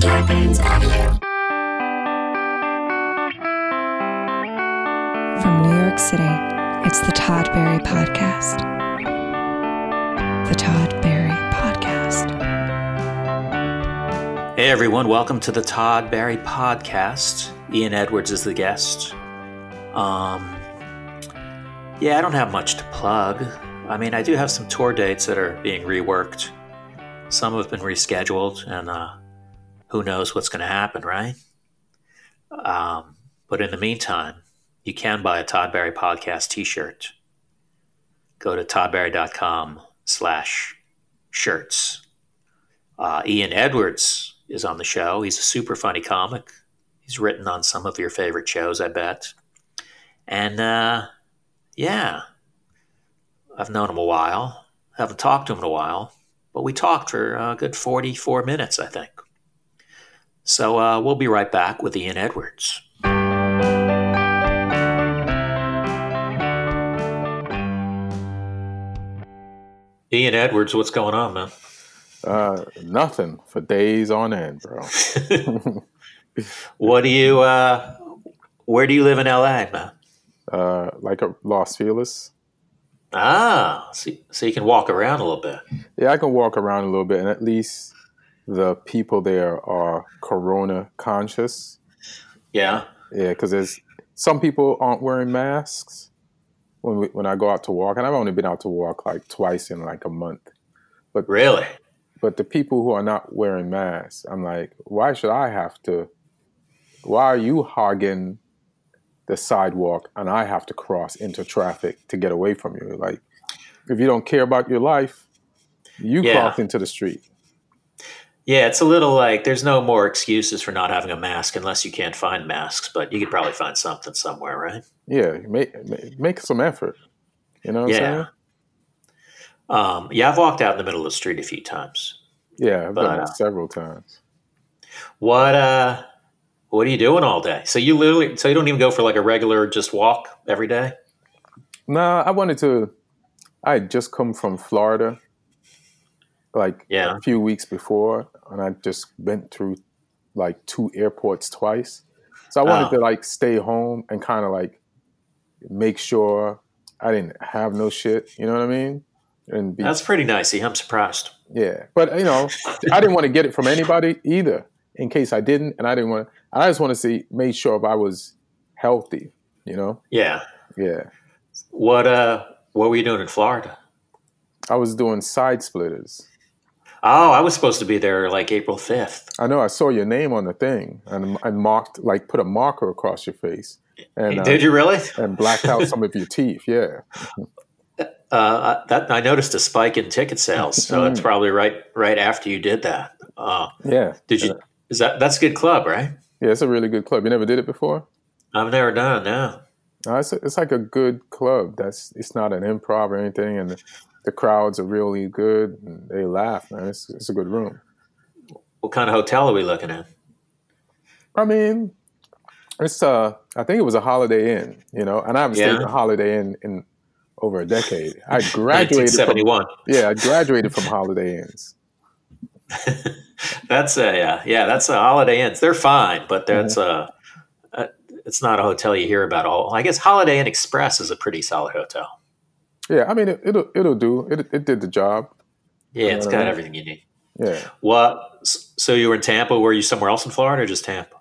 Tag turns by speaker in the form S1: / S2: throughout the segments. S1: Starbane's Audio.
S2: From New York City, it's the Todd Berry Podcast. The Todd Berry Podcast.
S3: Hey everyone, welcome to the Todd Barry podcast. Ian Edwards is the guest. Um, yeah, I don't have much to plug. I mean, I do have some tour dates that are being reworked. Some have been rescheduled, and uh, who knows what's going to happen, right? Um, but in the meantime, you can buy a Todd Barry podcast T-shirt. Go to toddberry.com slash shirts. Uh, Ian Edwards is on the show. He's a super funny comic. He's written on some of your favorite shows, I bet. And uh, yeah, I've known him a while. Haven't talked to him in a while, but we talked for a good 44 minutes, I think. So uh, we'll be right back with Ian Edwards. Ian Edwards, what's going on, man?
S4: Uh, nothing for days on end, bro.
S3: What do you? Uh, where do you live in LA? man?
S4: Uh, like a Los Feliz.
S3: Ah, so, so you can walk around a little bit.
S4: Yeah, I can walk around a little bit, and at least the people there are corona conscious.
S3: Yeah.
S4: Yeah, because there's some people aren't wearing masks when we, when I go out to walk, and I've only been out to walk like twice in like a month.
S3: Really?
S4: But the people who are not wearing masks, I'm like, why should I have to? Why are you hogging the sidewalk and I have to cross into traffic to get away from you? Like, if you don't care about your life, you
S3: Yeah.
S4: cross into the street.
S3: Yeah, it's a little like there's no more excuses for not having a mask unless you can't find masks, but you could probably find something somewhere, right?
S4: Yeah, make make, make some effort. You know what
S3: Yeah.
S4: I'm saying?
S3: Um, yeah, I've walked out in the middle of the street a few times.
S4: Yeah, I've done
S3: But, uh,
S4: that several times.
S3: What uh what are you doing all day? So you literally so you don't even go for like a regular just walk every day?
S4: Nah, I wanted to. I had just come from Florida, like
S3: Yeah.
S4: a few weeks before, and I just went through like two airports twice. So I wanted
S3: Oh.
S4: to like stay home and kind of like make sure I didn't have no shit. You know what I mean? And be
S3: That's pretty nice. I'm surprised.
S4: yeah, but you know, I didn't want to get it from anybody either, in case I didn't, and I didn't want. I just want to see, make sure if I was healthy. You know?
S3: Yeah.
S4: Yeah.
S3: What uh what were you doing in Florida?
S4: I was doing side splitters.
S3: Oh, I was supposed to be there like April 5th.
S4: I know I saw your name on the thing and I marked like put a marker across your face and uh,
S3: Did you really?
S4: and blacked out some of your teeth. Yeah,
S3: Uh, that I noticed a spike in ticket sales, so
S4: Mm.
S3: that's probably right right after you did that. Uh,
S4: yeah,
S3: did you? Is that that's a good club, right?
S4: yeah. It's a really good club. You never did it before.
S3: I've never done it. No.
S4: No, it's it's like a good club. That's it's not an improv or anything, and the, the crowds are really good. And they laugh, man. It's it's a good room.
S3: What kind of hotel are we looking at?
S4: I mean, it's uh, I think it was a Holiday Inn, you know, and I haven't stayed
S3: Yeah.
S4: in a Holiday Inn in over a decade. I graduated from
S3: Seventy one.
S4: yeah, I graduated from Holiday Inns.
S3: That's a yeah, yeah. That's a Holiday Inns. They're fine, but
S4: Mm-hmm.
S3: that's a, a. It's not a hotel you hear about all. I guess Holiday Inn Express is a pretty solid hotel.
S4: Yeah, I mean it, it'll it'll do. It it did the job.
S3: Yeah, it's got
S4: Alright.
S3: everything you need.
S4: Yeah,
S3: What? s- So you were in Tampa? Were you somewhere else in Florida, or just Tampa?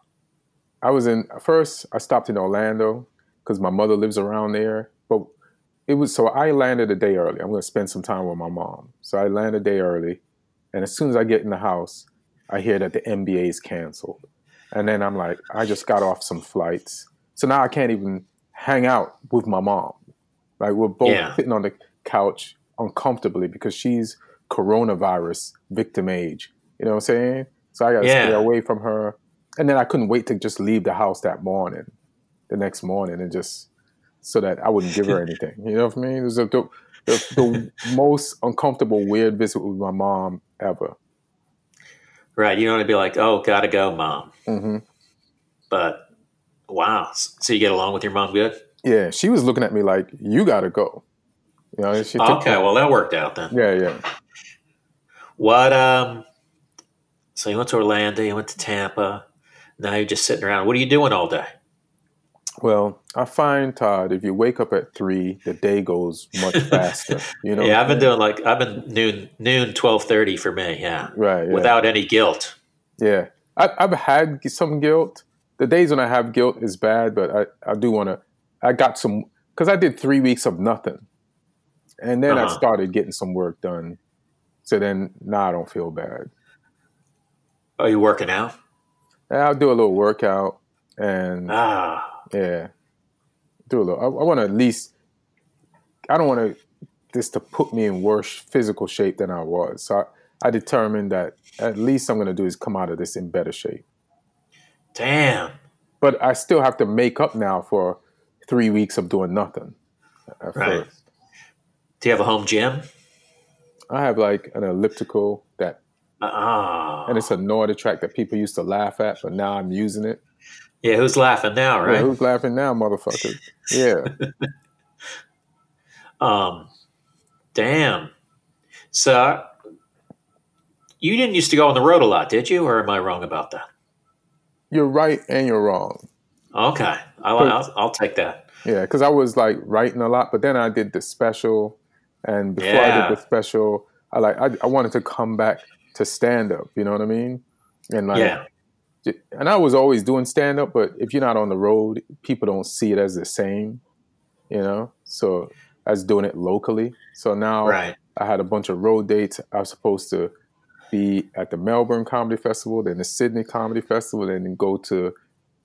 S4: I was in first. I stopped in Orlando because my mother lives around there. But it was so I landed a day early. I'm going to spend some time with my mom. So I landed a day early, and as soon as I get in the house, I hear that the NBA is canceled, and then I'm like, I just got off some flights, so now I can't even hang out with my mom. Like we're both
S3: Yeah.
S4: sitting on the couch uncomfortably because she's coronavirus victim age. You know what I'm saying? So I got to stay
S3: Yeah.
S4: away from her. And then I couldn't wait to just leave the house that morning, the next morning, and just so that I wouldn't give her anything. You know what I mean? It was the, the, the, the most uncomfortable, weird visit with my mom ever.
S3: Right. You don't want to be like, oh, gotta go, mom.
S4: hmm
S3: But wow. S- So you get along with your mom good?
S4: Yeah, she was looking at me like, "You gotta go." You know, she took-
S3: Okay, well that worked out then.
S4: Yeah, yeah.
S3: What um So you went to Orlando, you went to Tampa. Now you're just sitting around. What are you doing all day?
S4: Well, I find Todd, if you wake up at three, the day goes much faster. You know,
S3: yeah, I've been doing like I've been noon noon twelve thirty for me. Yeah,
S4: right. Yeah,
S3: without any guilt.
S4: yeah. I, I've had some guilt. The days when I have guilt is bad, but I, I do want to. I got some because I did three weeks of nothing, and then
S3: Uh-huh.
S4: I started getting some work done. So then now I don't feel bad.
S3: Are you working out?
S4: And I'll do a little workout and
S3: Ah,
S4: Yeah. Do a little. I, I want to at least. I don't want to this to put me in worse physical shape than I was. So I, I determined that at least I'm going to do is come out of this in better shape.
S3: damn.
S4: But I still have to make up now for three weeks of doing nothing. At
S3: Right.
S4: first.
S3: Do you have a home gym?
S4: I have like an elliptical that,
S3: Ah,
S4: and it's a Nordic track that people used to laugh at, but now I'm using it.
S3: yeah. Who's laughing now,
S4: Yeah,
S3: right?
S4: who's laughing now, motherfucker? Yeah.
S3: Um, damn. So you didn't used to go on the road a lot, did you? Or am I wrong about that?
S4: you're right and you're wrong.
S3: Okay, I'll
S4: But-
S3: I'll, I'll take that.
S4: Yeah, because I was like writing a lot, but then I did the special, and before I
S3: Yeah.
S4: did the special, I like I, I wanted to come back to stand up. You know what I mean? And like,
S3: yeah,
S4: j- and I was always doing stand up, but if you're not on the road, people don't see it as the same. You know, so I was doing it locally. So now
S3: right.
S4: I had a bunch of road dates. I was supposed to be at the Melbourne Comedy Festival, then the Sydney Comedy Festival, and then go to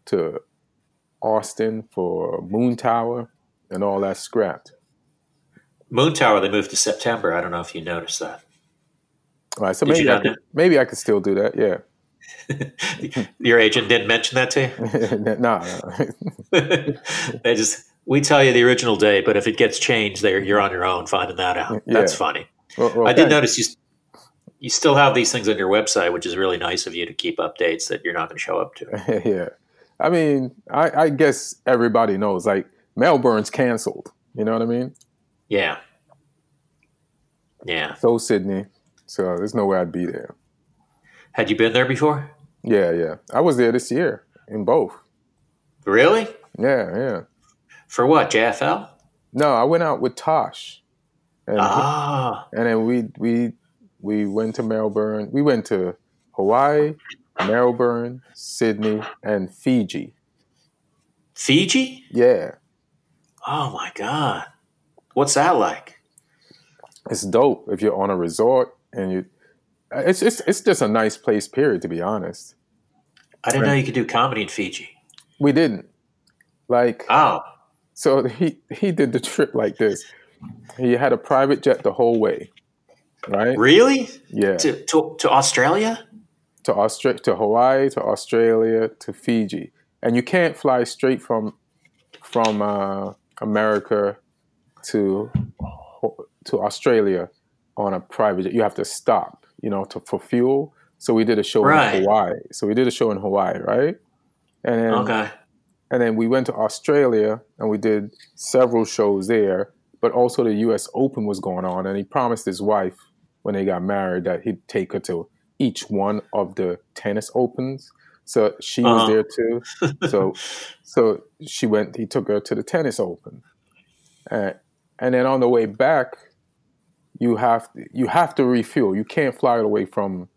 S4: to Austin for Moon Tower and all that scrapped.
S3: Moon Tower they moved to September. I don't know if you noticed that.
S4: All right, so
S3: Did you
S4: maybe I
S3: not
S4: could, maybe I could still do that. Yeah,
S3: Your agent didn't mention that to you.
S4: nah, nah.
S3: they just we tell you the original date, but if it gets changed, there you're on your own finding that out. That's
S4: Yeah.
S3: funny.
S4: Well, well,
S3: I did
S4: thanks.
S3: notice you. You still have these things on your website, which is really nice of you to keep updates that you're not going to show up to.
S4: yeah, I mean, I, I guess everybody knows like Melbourne's canceled. You know what I mean?
S3: Yeah. Yeah.
S4: So Sydney, so there's no way I'd be there.
S3: Had you been there before?
S4: Yeah, yeah, I was there this year in both.
S3: Really?
S4: Yeah, yeah.
S3: For what? JFL?
S4: No, I went out with Tosh, and
S3: Ah,
S4: and then we we we went to Melbourne. We went to Hawaii, Melbourne, Sydney, and Fiji.
S3: Fiji?
S4: Yeah,
S3: Oh my God. What's that like?
S4: it's dope if you're on a resort and you. It's it's it's just a nice place. Period. To be honest,
S3: I didn't know you could do comedy in Fiji.
S4: we didn't like.
S3: Oh,
S4: So he he did the trip like this. He had a private jet the whole way, right?
S3: really?
S4: Yeah, to
S3: To, to, to Australia?
S4: Austra- to Hawaii, to Australia, to Fiji, and you can't fly straight from from uh, America to to Australia on a private jet. You have to stop, you know, to for fuel. So we did a show
S3: Right.
S4: in Hawaii. So we did a show in Hawaii, right? And then
S3: Okay.
S4: and then we went to Australia and we did several shows there. But also the U.S. Open was going on, and he promised his wife when they got married that he'd take her to each one of the tennis opens. So she was
S3: Uh-huh.
S4: there too. So so she went. He took her to the tennis open, uh, and then on the way back, you have you have to refuel. You can't fly all the way from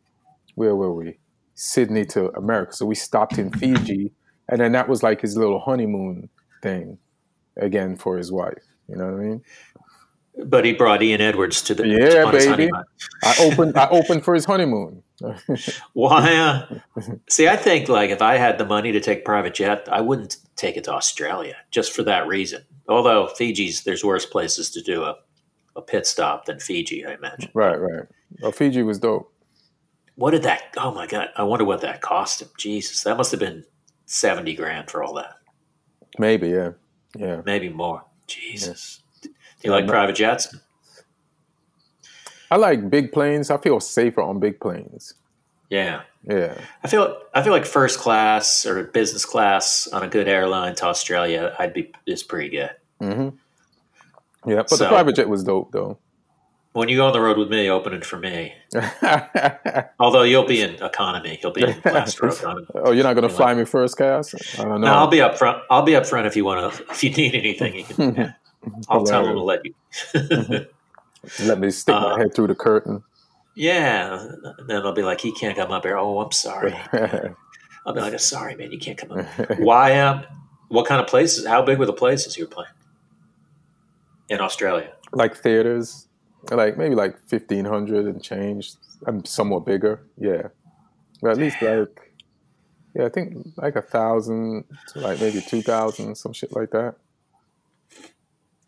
S4: where were we? Sydney to America. So we stopped in Fiji, and then that was like his little honeymoon thing again for his wife. You know what I mean?
S3: But he brought Ian Edwards to the
S4: Yeah,
S3: on his
S4: baby.
S3: honeymoon.
S4: I opened I opened for his honeymoon.
S3: Why? Uh, see, I think like if I had the money to take private jet, I wouldn't take it to Australia just for that reason. Although Fiji's, there's worse places to do a, a pit stop than Fiji, I imagine.
S4: right, right. Well, Fiji was dope.
S3: What did that? Oh my god! I wonder what that cost him. Jesus, that must have been seventy grand for all that,
S4: Maybe, yeah, yeah.
S3: maybe more. Jesus. Do you like private jets?
S4: I like big planes. I feel safer on big planes.
S3: Yeah.
S4: Yeah.
S3: I feel I feel like first class or business class on a good airline to Australia, I'd be is pretty good.
S4: Mm-hmm. Yeah, but
S3: So-
S4: the private jet was dope though.
S3: When you go on the road with me, opening for me. Although you'll be in economy, you'll be in Plaster economy.
S4: oh, you're not going to fly me first, Cass? I don't know.
S3: No, I'll be up front. I'll be up front if you want to. If you need anything, you can. I'll tell them to let you.
S4: Let me stick
S3: Uh,
S4: my head through the curtain.
S3: Yeah, then they'll be like, he can't come up here. Oh, I'm sorry. I'll be like, sorry, man, you can't come up. Why? Um, what kind of places? How big were the places you were playing in Australia?
S4: like theaters, like maybe like 1,500 and change. I'm somewhat bigger. Yeah. But at least like, yeah, I think like a thousand to like maybe 2,000, some shit like that.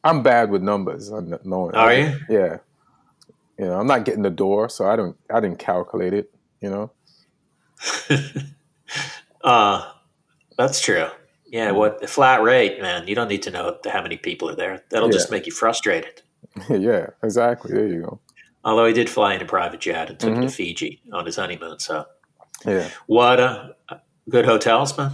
S4: I'm bad with numbers. I'm not knowing.
S3: Are you?
S4: Yeah. You know, I'm not getting the door, so I don't. I didn't calculate it. You know.
S3: Uh, that's true. Yeah, what the flat rate, man? You don't need to know how many people are there. That'll just make you frustrated.
S4: yeah. Exactly. There you go.
S3: Although he did fly in a private jet and took
S4: Mm-hmm.
S3: it to Fiji on his honeymoon. So
S4: Yeah.
S3: what? Uh, good hotels, man.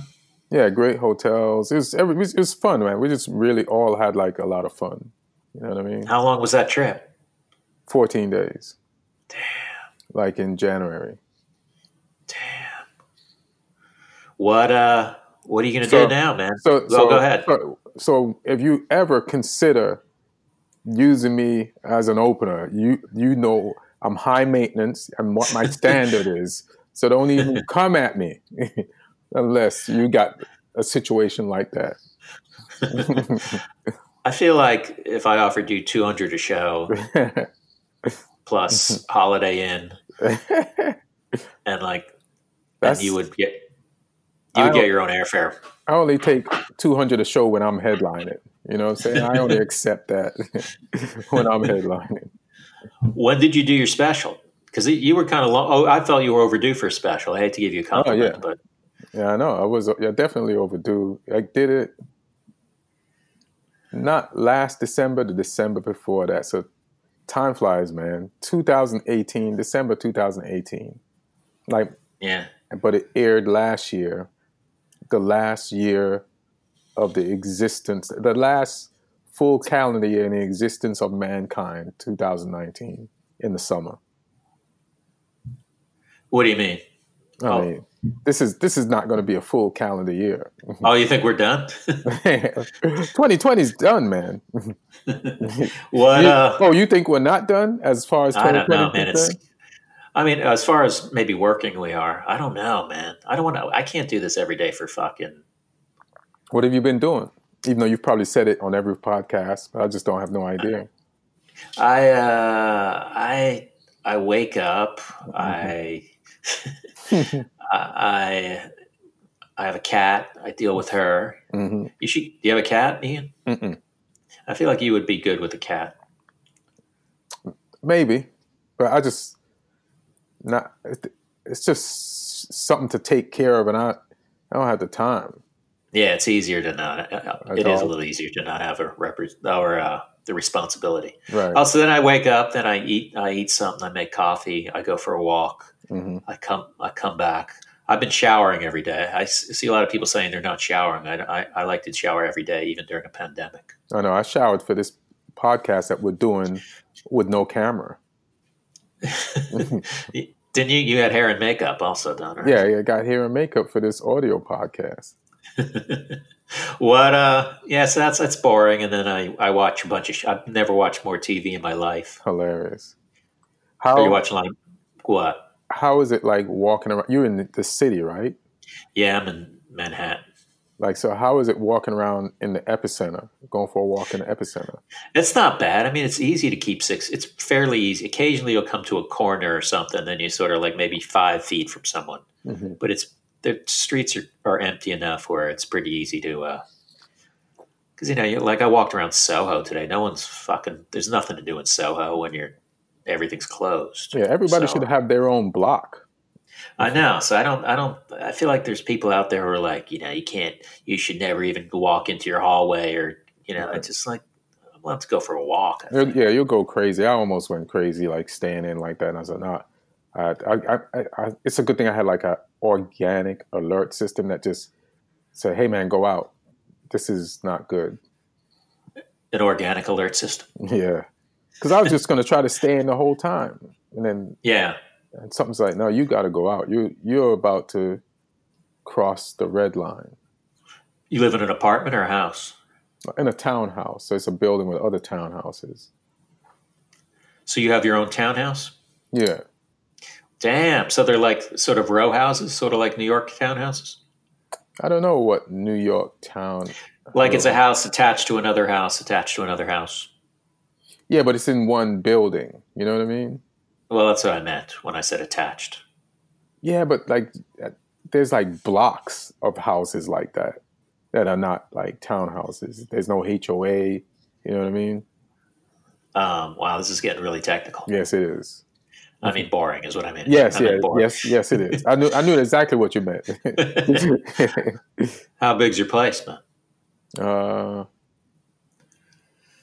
S4: Yeah, great hotels. It was every, it was, it was fun, man. We just really all had like a lot of fun. You know what I mean?
S3: How long was that trip?
S4: Fourteen days. Damn. Like in January.
S3: What? Uh, what are you gonna
S4: So-
S3: do now, man?
S4: So,
S3: well,
S4: so
S3: go ahead.
S4: So, so if you ever consider using me as an opener, you you know I'm high maintenance and what my standard is. So don't even come at me unless you got a situation like that.
S3: I feel like if I offered you 200 a show plus Holiday Inn and like and
S4: That's-
S3: you would get you would
S4: I
S3: get
S4: don't-
S3: your own airfare.
S4: I only take 200 a show when I'm headlining. You know what I'm saying? I only accept that when I'm headlining.
S3: When did you do your special? Cuz you were kind of long. Oh, I felt you were overdue for a special. I hate to give you a compliment,
S4: Oh, yeah.
S3: but
S4: Yeah, I know. I was yeah, definitely overdue. I did it not last December, the December before that. So time flies, man. 2018, December 2018. Like,
S3: yeah.
S4: but it aired last year, the last year of the existence, the last full calendar year in the existence of mankind, 2019, in the summer.
S3: What do you mean?
S4: I
S3: Oh.
S4: mean, this is this is not going to be a full calendar year.
S3: Oh, you think we're done?
S4: 2020 is done, man.
S3: what uh
S4: oh, you think we're not done as far as
S3: I don't
S4: 2020?
S3: know, man. It's I mean, as far as maybe working we are, I don't know, man. I don't want to I can't do this every day for fucking
S4: what have you been doing? Even though you've probably said it on every podcast, but I just don't have no idea.
S3: I uh, I I wake up. I I I have a cat. I deal with her.
S4: hmm
S3: You should. Do you have a cat, Ian?
S4: Mm-mm.
S3: I feel like you would be good with a cat.
S4: Maybe, but I just not. it- It's just something to take care of, and I I don't have the time.
S3: Yeah, it's easier to not. uh,
S4: A
S3: It is a
S4: dog.
S3: little easier to not have a repre- or uh, the responsibility.
S4: Right.
S3: Also, then I wake up. Then I eat. I eat something. I make coffee. I go for a walk.
S4: hmm
S3: I come. I come back. I've been showering every day. I s- see a lot of people saying they're not showering. I, I, I like to shower every day, even during a pandemic.
S4: I know. I showered for this podcast that we're doing with no camera.
S3: Didn't you? You had hair and makeup also done, right?
S4: Yeah, yeah. I got hair and makeup for this audio podcast.
S3: What? Uh, yeah. So that's that's boring. And then I I watch a bunch of. Sh- I've never watched more TV in my life.
S4: Hilarious.
S3: Are you
S4: How
S3: watching a lot of what?
S4: how is it like walking around? You're in the city, right?
S3: Yeah, I'm in Manhattan.
S4: Like, so how is it walking around in the epicenter? Going for a walk in the epicenter.
S3: It's not bad. I mean, it's easy to keep six. It's fairly easy. Occasionally, you'll come to a corner or something, then you sort of like maybe five feet from someone.
S4: Mhm.
S3: But it's the streets are, are empty enough where it's pretty easy to. uh Because you know, you like I walked around Soho today. No one's fucking. There's nothing to do in Soho when you're everything's closed.
S4: Yeah, everybody
S3: So-
S4: should have their own block.
S3: I know. So I don't. I don't. I feel like there's people out there who are like, you know, you can't. You should never even walk into your hallway, or you know, it's just like I'm allowed to go for a walk. I
S4: You'll- yeah, you'll go crazy. I almost went crazy, like staying in like that. And I was like, nah. I, I, I, I, it's a good thing I had like a organic alert system that just said, "Hey, man, go out. This is not good."
S3: an organic alert system.
S4: Yeah, because I was just going to try to stay in the whole time, and then
S3: Yeah.
S4: and something's like, no, you got to go out. You you're about to cross the red line
S3: You live in an apartment or a house?
S4: in a townhouse. So it's a building with other townhouses.
S3: So you have your own townhouse?
S4: Yeah,
S3: Damn. So they're like sort of row houses, sort of like New York townhouses?
S4: I don't know what New York town.
S3: Like it's a house attached to another house, attached to another house.
S4: Yeah, but it's in one building. You know what I mean?
S3: Well, that's what I meant when I said attached.
S4: Yeah, but like there's like blocks of houses like that that are not like townhouses. There's no HOA. You know what I mean?
S3: Um, wow, this is getting really technical.
S4: Yes, it is.
S3: I mean, boring is what I mean.
S4: Yes,
S3: I meant
S4: yes,
S3: boring.
S4: yes, yes, it is. I knew, I knew exactly what you meant.
S3: How big's your place, man?
S4: uh,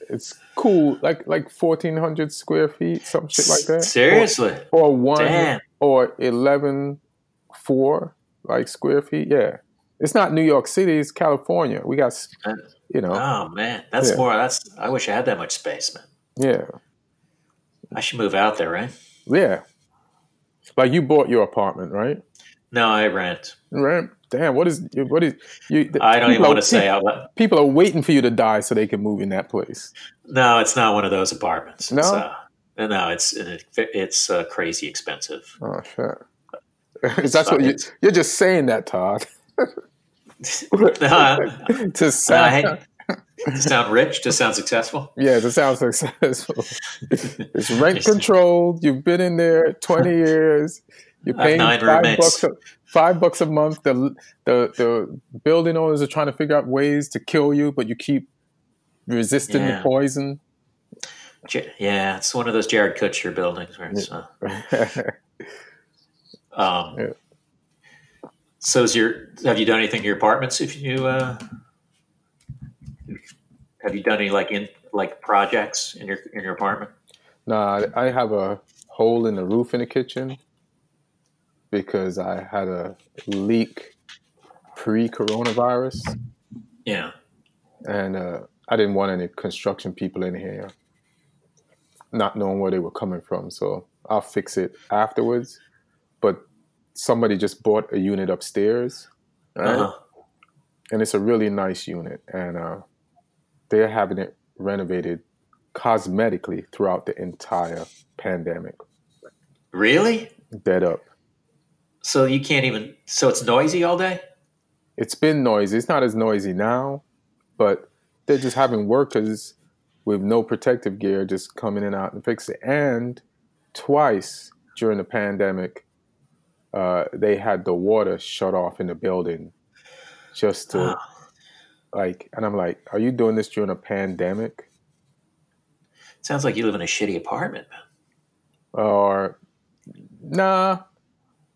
S4: it's cool, like like fourteen hundred square feet, some shit like that.
S3: Seriously?
S4: or, or one
S3: Damn.
S4: or eleven four like square feet. Yeah, it's not New York City; it's California. We got s- you know,
S3: Oh man, that's
S4: Yeah.
S3: more. That's I wish I had that much space, man.
S4: yeah,
S3: I should move out there, right?
S4: yeah. Like you bought your apartment, right?
S3: No, I rent.
S4: Right. Damn, what is what is you?
S3: I don't even
S4: people are-
S3: want to say out loud.
S4: people are waiting for you to die so they can move in that place.
S3: No, it's not one of those apartments.
S4: No?
S3: it's, uh, no, it's it's uh, crazy expensive.
S4: Oh shit! That's what you,
S3: It's-
S4: you're just saying that, Todd.
S3: No, I-
S4: to
S3: no, I
S4: sound,
S3: hate- to sound rich, to sound successful.
S4: yeah, to sound successful. it's rent controlled. You've been in there twenty years. You're
S3: I have
S4: paying
S3: nine
S4: five
S3: roommates.
S4: bucks, a, five bucks a month. The, the the building owners are trying to figure out ways to kill you, but you keep resisting
S3: Yeah.
S4: the poison.
S3: J- Yeah, it's one of those Jared Kutcher buildings where it's. Uh, um,
S4: Yeah.
S3: So, is your have you done anything to your apartments? If you uh, have you done any like in like projects in your in your apartment?
S4: Nah, I have a hole in the roof in the kitchen because I had a leak pre-coronavirus,
S3: Yeah.
S4: and uh, I didn't want any construction people in here, not knowing where they were coming from. So I'll fix it afterwards. But somebody just bought a unit upstairs, right?
S3: Uh-huh.
S4: and it's a really nice unit, and uh, they're having it renovated cosmetically throughout the entire pandemic.
S3: Really?
S4: Dead up.
S3: So you can't even. So it's noisy all day.
S4: it's been noisy. It's not as noisy now, but they're just having workers with no protective gear just come in and out and fix it. And twice during the pandemic, uh, they had the water shut off in the building just to like, and I'm like, are you doing this during a pandemic?
S3: Sounds like you live in a shitty apartment, man.
S4: Or nah,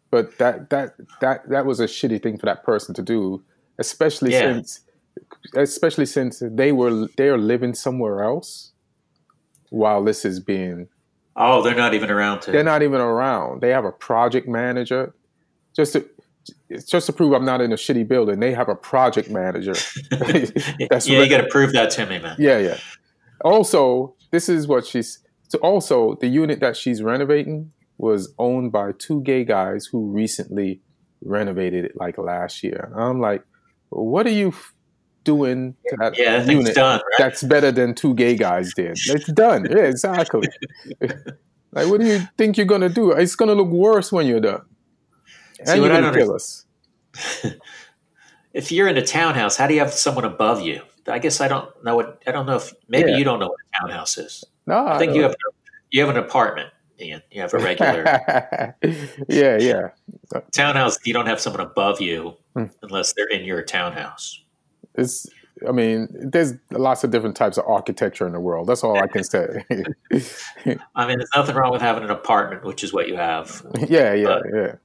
S4: but that that that that was a shitty thing for that person to do, especially
S3: Yeah.
S4: since especially since they were they are living somewhere else while this is being
S3: Oh, they're not even around to.
S4: they're not even around. They have a project manager just to it's just to prove I'm not in a shitty building. They have a project manager. That's
S3: yeah,
S4: right.
S3: you got to prove that to me, man.
S4: Yeah, yeah. Also, this is what she's. So also, the unit that she's renovating was owned by two gay guys who recently renovated it, like last year. And I'm like, what are you f- doing to that
S3: Yeah, that thing's
S4: unit
S3: done, right?
S4: that's better than two gay guys did? It's done. Yeah, exactly. like, what do you think you're gonna do? It's gonna look worse when you're done,
S3: See,
S4: and
S3: what
S4: you're
S3: I
S4: gonna
S3: don't
S4: kill us.
S3: If you're in a townhouse, how do you have someone above you? I guess I don't know what. I don't know if maybe
S4: Yeah.
S3: you don't know what a townhouse is.
S4: No,
S3: I think you
S4: don't-
S3: have you have an apartment. Ian. You have a regular
S4: yeah, yeah.
S3: townhouse. You don't have someone above you
S4: Hmm.
S3: unless they're in your townhouse.
S4: it's i mean there's lots of different types of architecture in the world that's all i can say
S3: I mean, there's nothing wrong with having an apartment, which is what you have.
S4: yeah yeah yeah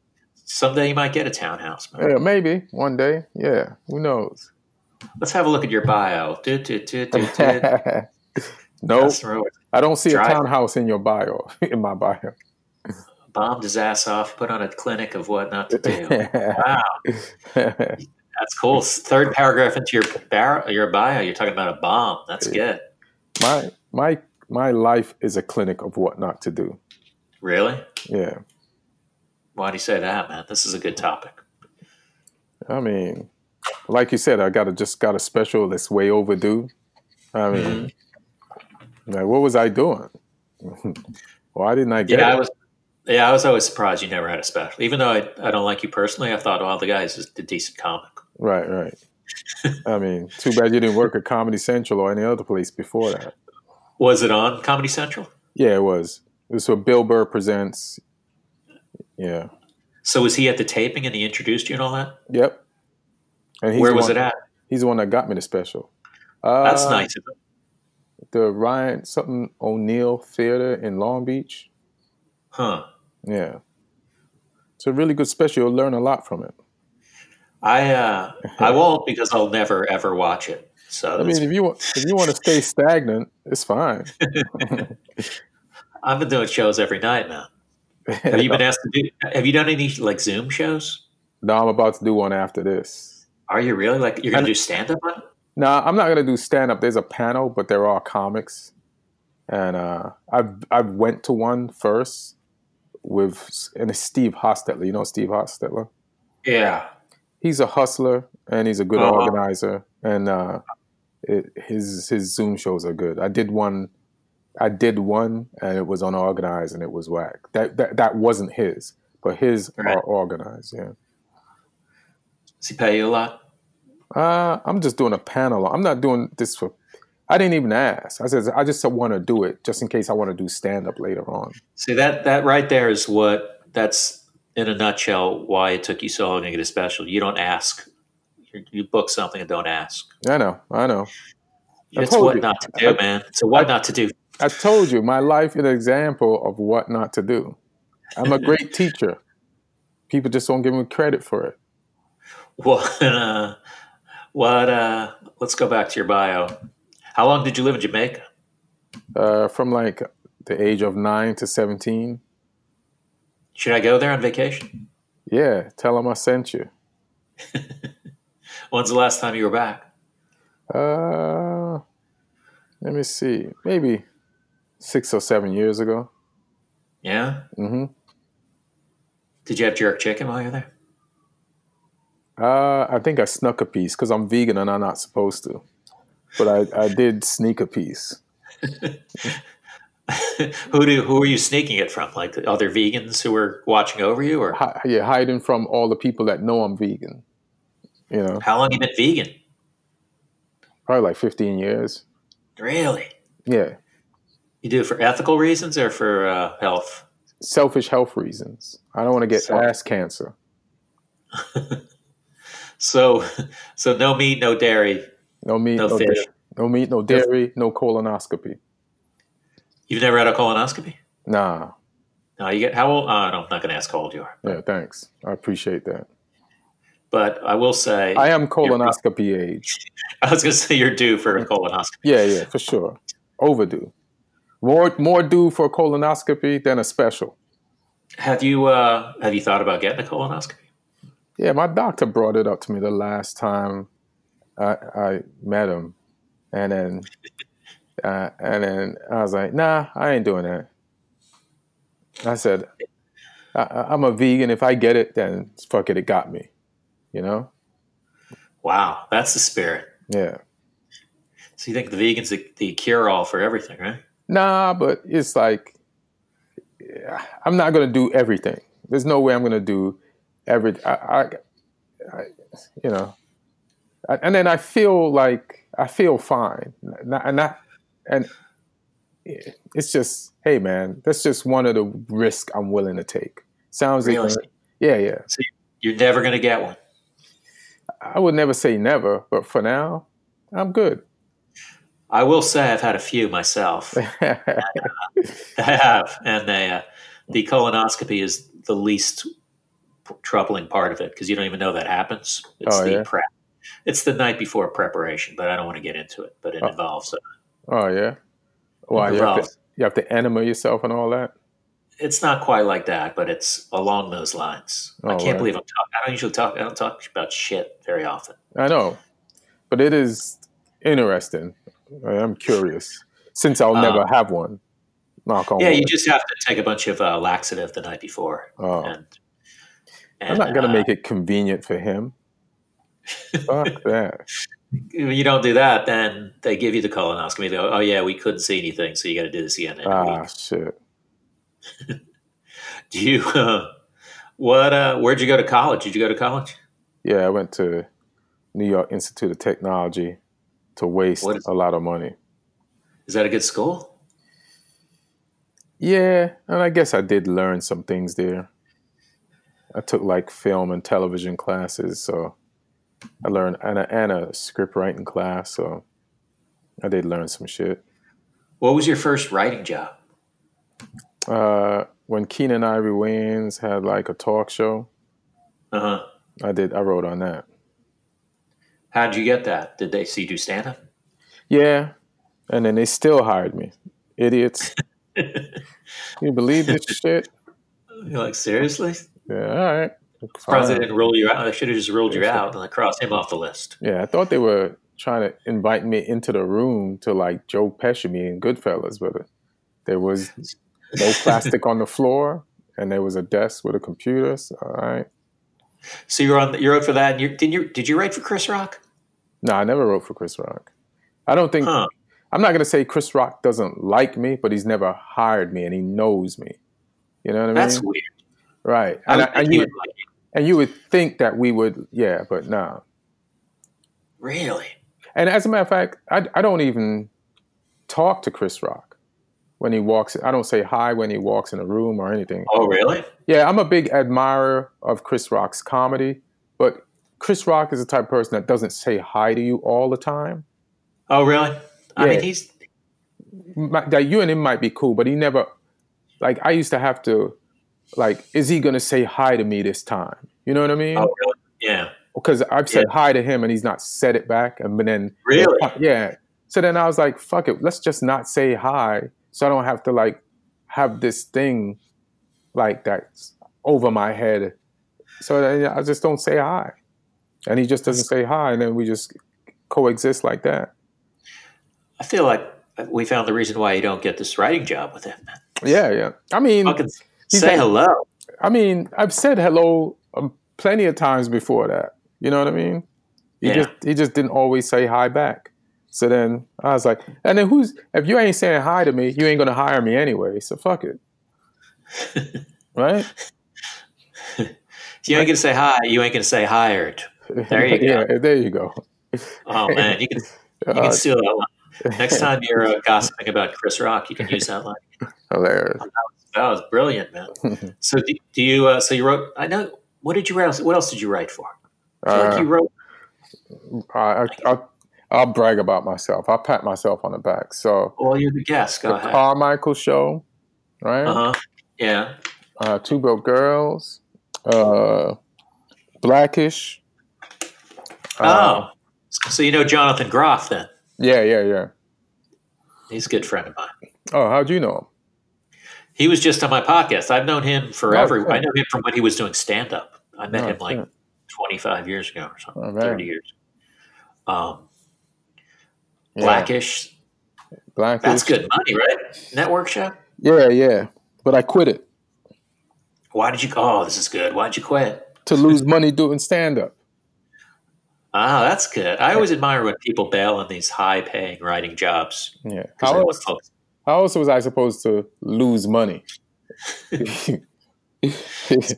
S3: Someday you might get a townhouse, man.
S4: yeah maybe one day yeah who knows
S3: Let's have a look at your bio. Do, do, do, do, do.
S4: no
S3: Customer
S4: i don't see a
S3: Drive.
S4: townhouse in your bio in my bio
S3: bombed his ass off, put on a clinic of what not to do. wow, that's cool. Third paragraph into your bar- your bio, you're talking about a bomb. That's good.
S4: my my my life is a clinic of what not to do.
S3: Really?
S4: Yeah.
S3: Why do you say that, man? This is a good topic.
S4: I mean, like you said, I got a just got a special that's way overdue. I mean,
S3: Mm-hmm.
S4: like, what was I doing? Why didn't I get
S3: Yeah,
S4: it?
S3: I was. Yeah, I was always surprised you never had a special. Even though I, I don't like you personally, I thought, well, the guy's just a decent comic.
S4: right, right. I mean, too bad you didn't work at Comedy Central or any other place before that.
S3: Was it on Comedy Central?
S4: Yeah, it was. It was what Bill Burr presents. Yeah.
S3: So was he at the taping and he introduced you and all that?
S4: Yep. And he's
S3: Where
S4: the
S3: was
S4: one-
S3: it at?
S4: He's the one that got me the special. Uh,
S3: That's nice. of him.
S4: The Ryan something O'Neill Theater in Long Beach.
S3: Huh.
S4: Yeah. It's a really good special. You'll learn a lot from it.
S3: I uh, I won't because I'll never ever watch it. So
S4: I mean, if you want, if you want to stay stagnant, it's fine.
S3: I've been doing shows every night now. Have you been asked to do? Have you done any like Zoom shows?
S4: no, I'm about to do one after this.
S3: Are you really like you're
S4: And-
S3: gonna do stand up on it?
S4: No, I'm not gonna do stand up. There's a panel, but there are comics, and uh, I've I've went to one first with and it's Steve Hostetler. You know Steve Hostetler?
S3: Yeah.
S4: He's a hustler and he's a good
S3: Uh-huh.
S4: organizer, and uh, it, his his Zoom shows are good. I did one, I did one, and it was unorganized and it was whack. That that, that wasn't his, but his are
S3: Right.
S4: organized. Yeah.
S3: Does he pay you a lot?
S4: Uh, I'm just doing a panel. I'm not doing this for. I didn't even ask. I said I just want to do it just in case I want to do stand up later on.
S3: See that that right there is what that's in a nutshell why it took you so long to get a special. You don't ask. You, you book something and don't ask.
S4: I know, I know. I
S3: It's
S4: told
S3: what
S4: you.
S3: not to do,
S4: I-
S3: man. It's a what not to do.
S4: I told you my life is an example of what not to do. I'm a great teacher. People just don't give me credit for it.
S3: What? Uh, what? Uh, let's go back to your bio. How long did you live in Jamaica?
S4: Uh, from like the age of nine to seventeen,
S3: Should I go there on vacation?
S4: yeah. Tell them I sent you.
S3: When's the last time you were back?
S4: Uh, let me see, maybe six or seven years ago.
S3: Yeah.
S4: hmm
S3: Did you have jerk chicken while you were there?
S4: Uh, I think I snuck a piece because I'm vegan and I'm not supposed to. But I, I did sneak a piece.
S3: who do who are you sneaking it from? Like the other vegans who were watching over you, or
S4: Hi, yeah, hiding from all the people that know I'm vegan. You know,
S3: how long you been vegan?
S4: probably like 15 years.
S3: Really?
S4: Yeah,
S3: You do it for ethical reasons or for uh, health?
S4: selfish health reasons. I don't want to get
S3: So-
S4: ass cancer.
S3: So, so no meat, no dairy.
S4: No meat,
S3: No
S4: no,
S3: fish.
S4: dairy. No meat, no dairy, no colonoscopy.
S3: You've never had a colonoscopy?
S4: Nah.
S3: No, you get how old? Uh, no, I'm not going to ask how old you are,
S4: Yeah, thanks. I appreciate that.
S3: but I will say
S4: I
S3: I,
S4: am colonoscopy age.
S3: was going to say you're due for a colonoscopy.
S4: Yeah, yeah, for sure. Overdue. More, more due for colonoscopy than a special.
S3: Have you uh, have you thought about getting a colonoscopy?
S4: Yeah, my doctor brought it up to me the last time I, I met him, and then uh, and then I was like, "Nah, I ain't doing that." I said, I, I- "I'm a vegan. If I get it, then fuck it, it got me." You know?
S3: Wow, that's the spirit.
S4: Yeah.
S3: So you think the vegans the, the cure all for everything, right?
S4: Nah, but it's like yeah, I'm not gonna do everything. There's no way I'm gonna do every. I, I, I you know, I, and then I feel like I feel fine, and I, and, I, and it's just, hey man, that's just one of the risks I'm willing to take. Sounds like,
S3: Realistic.
S4: yeah, yeah.
S3: You're never going to get one.
S4: I would never say never, but for now, I'm good.
S3: I will say I've had a few myself. I have, and they, uh, the colonoscopy is the least p- troubling part of it because you don't even know that happens. It's
S4: Oh,
S3: the
S4: yeah?
S3: prep. It's the night before preparation, but I don't want to get into it. But it
S4: Oh.
S3: involves uh, it.
S4: oh yeah, why you have to,
S3: involves-
S4: you have to enema yourself and all that.
S3: It's not quite like that, but it's along those lines. I
S4: Oh,
S3: can't
S4: right.
S3: believe I'm talking. I don't usually talk. I don't talk about shit very often.
S4: I know, but it is interesting. I- I'm curious. since I'll never have one. Knock on
S3: Um, Yeah, you
S4: wood.
S3: just have to take a bunch of uh, laxative the night before.
S4: Oh.
S3: And, uh,
S4: I'm not going to
S3: to
S4: make it convenient for him. Fuck that.
S3: If you don't do that, then they give you the colonoscopy. They go, oh, yeah, we couldn't see anything, so you got to do this again. in a
S4: Ah,
S3: week."
S4: shit.
S3: Do you, uh, what, uh, where'd you go to college? Did you go to college?
S4: Yeah, I went to New York Institute of Technology to waste
S3: What is-
S4: a lot of money.
S3: Is that a good school?
S4: Yeah, and I guess I did learn some things there. I took like film and television classes, so I learned and a, and a script writing class, so I did learn some shit.
S3: What was your first writing job?
S4: Uh, when Keenan Ivory Wayans had like a talk show,
S3: Uh huh.
S4: I did I wrote on that.
S3: How'd you get that? Did they see you do stand up?
S4: Yeah, and then they still hired me, idiots. you believe this shit?
S3: You're like,
S4: Uh,
S3: seriously?
S4: Yeah, all right.
S3: Surprised they
S4: Fine.
S3: didn't rule you out. They should have just ruled you out and like crossed him off the list.
S4: Yeah, I thought they were trying to invite me into the room to like Joe Pesci me in Goodfellas, but there was no plastic on the floor, and there was a desk with a computer. So, all right.
S3: So you're on. You're up for that. And you did you did you write for Chris Rock?
S4: No, I never wrote for Chris Rock. I don't think
S3: Huh.
S4: I'm not gonna say Chris Rock doesn't like me, but he's never hired me, and he knows me. You know what I mean?
S3: That's weird.
S4: right.
S3: I
S4: And, I,
S3: would think
S4: and
S3: he
S4: you
S3: would like it.
S4: and you would think that we would, yeah, but no.
S3: Really?
S4: And as a matter of fact, I, I don't even talk to Chris Rock when he walks. I don't say hi when he walks in a room or anything.
S3: Oh, really?
S4: Yeah, I'm a big admirer of Chris Rock's comedy, but Chris Rock is the type of person that doesn't say hi to you all the time.
S3: Oh, really? I
S4: Yeah.
S3: mean, he's
S4: Mi- That you and him might be cool, but he never. Like I used to have to, like, is he gonna say hi to me this time? You know what I mean?
S3: oh, really? Yeah.
S4: Because I've said hi to him and he's not said it back, and but then
S3: Really?
S4: Yeah. So then I was like, fuck it, let's just not say hi so I don't have to like have this thing like that's over my head. So then I just don't say hi. And he just doesn't say hi and then we just coexist like that.
S3: I feel like we found the reason why you don't get this writing job with him. man.
S4: Yeah, yeah. I mean,
S3: Fucking
S4: he's
S3: say
S4: like-
S3: hello.
S4: I mean, I've said hello um, plenty of times before that. You know what I mean? He
S3: Yeah.
S4: just he just didn't always say hi back. So then I was like, and then who's if you ain't saying hi to me, you ain't gonna hire me anyway. So fuck it, right?
S3: If you ain't gonna say hi, you ain't gonna say hired. There you go.
S4: yeah, there you go.
S3: Oh man, you can you
S4: Uh,
S3: can steal that line. Next time you're uh, gossiping about Chris Rock, you can use that line.
S4: hilarious.
S3: That was brilliant, man. So do, do you? Uh, so you wrote. I know. What did you write? Else, what else did you write for? I feel like
S4: Uh,
S3: you wrote.
S4: I, I, I'll, I'll brag about myself. I'll pat myself on the back. So
S3: Well, you're the guest. Go
S4: the
S3: ahead.
S4: Carmichael Show, right?
S3: Uh huh. Yeah.
S4: uh, Two Broke Girls, uh, Blackish. Uh,
S3: oh, so you know Jonathan Groff then?
S4: yeah, yeah, yeah.
S3: He's a good friend of mine.
S4: Oh, how'd you know
S3: He was just on my podcast. I've known him forever.
S4: Oh, yeah.
S3: I know him from when he was doing stand up. I met
S4: Oh,
S3: him like
S4: yeah.
S3: 25 years ago or something,
S4: Oh, man.
S3: 30 years. Um,
S4: him?
S3: Blackish.
S4: Yeah, Blackish.
S3: That's good money, right? Network show.
S4: Yeah, yeah. But I quit it
S3: Why did you? Oh, this is good. Why'd you quit?
S4: to lose money doing stand up.
S3: Ah, that's good. I always admire when people bail on these high-paying writing jobs.
S4: Yeah.
S3: 'cause
S4: How
S3: they
S4: else,
S3: want folks-
S4: how else was I supposed to lose money?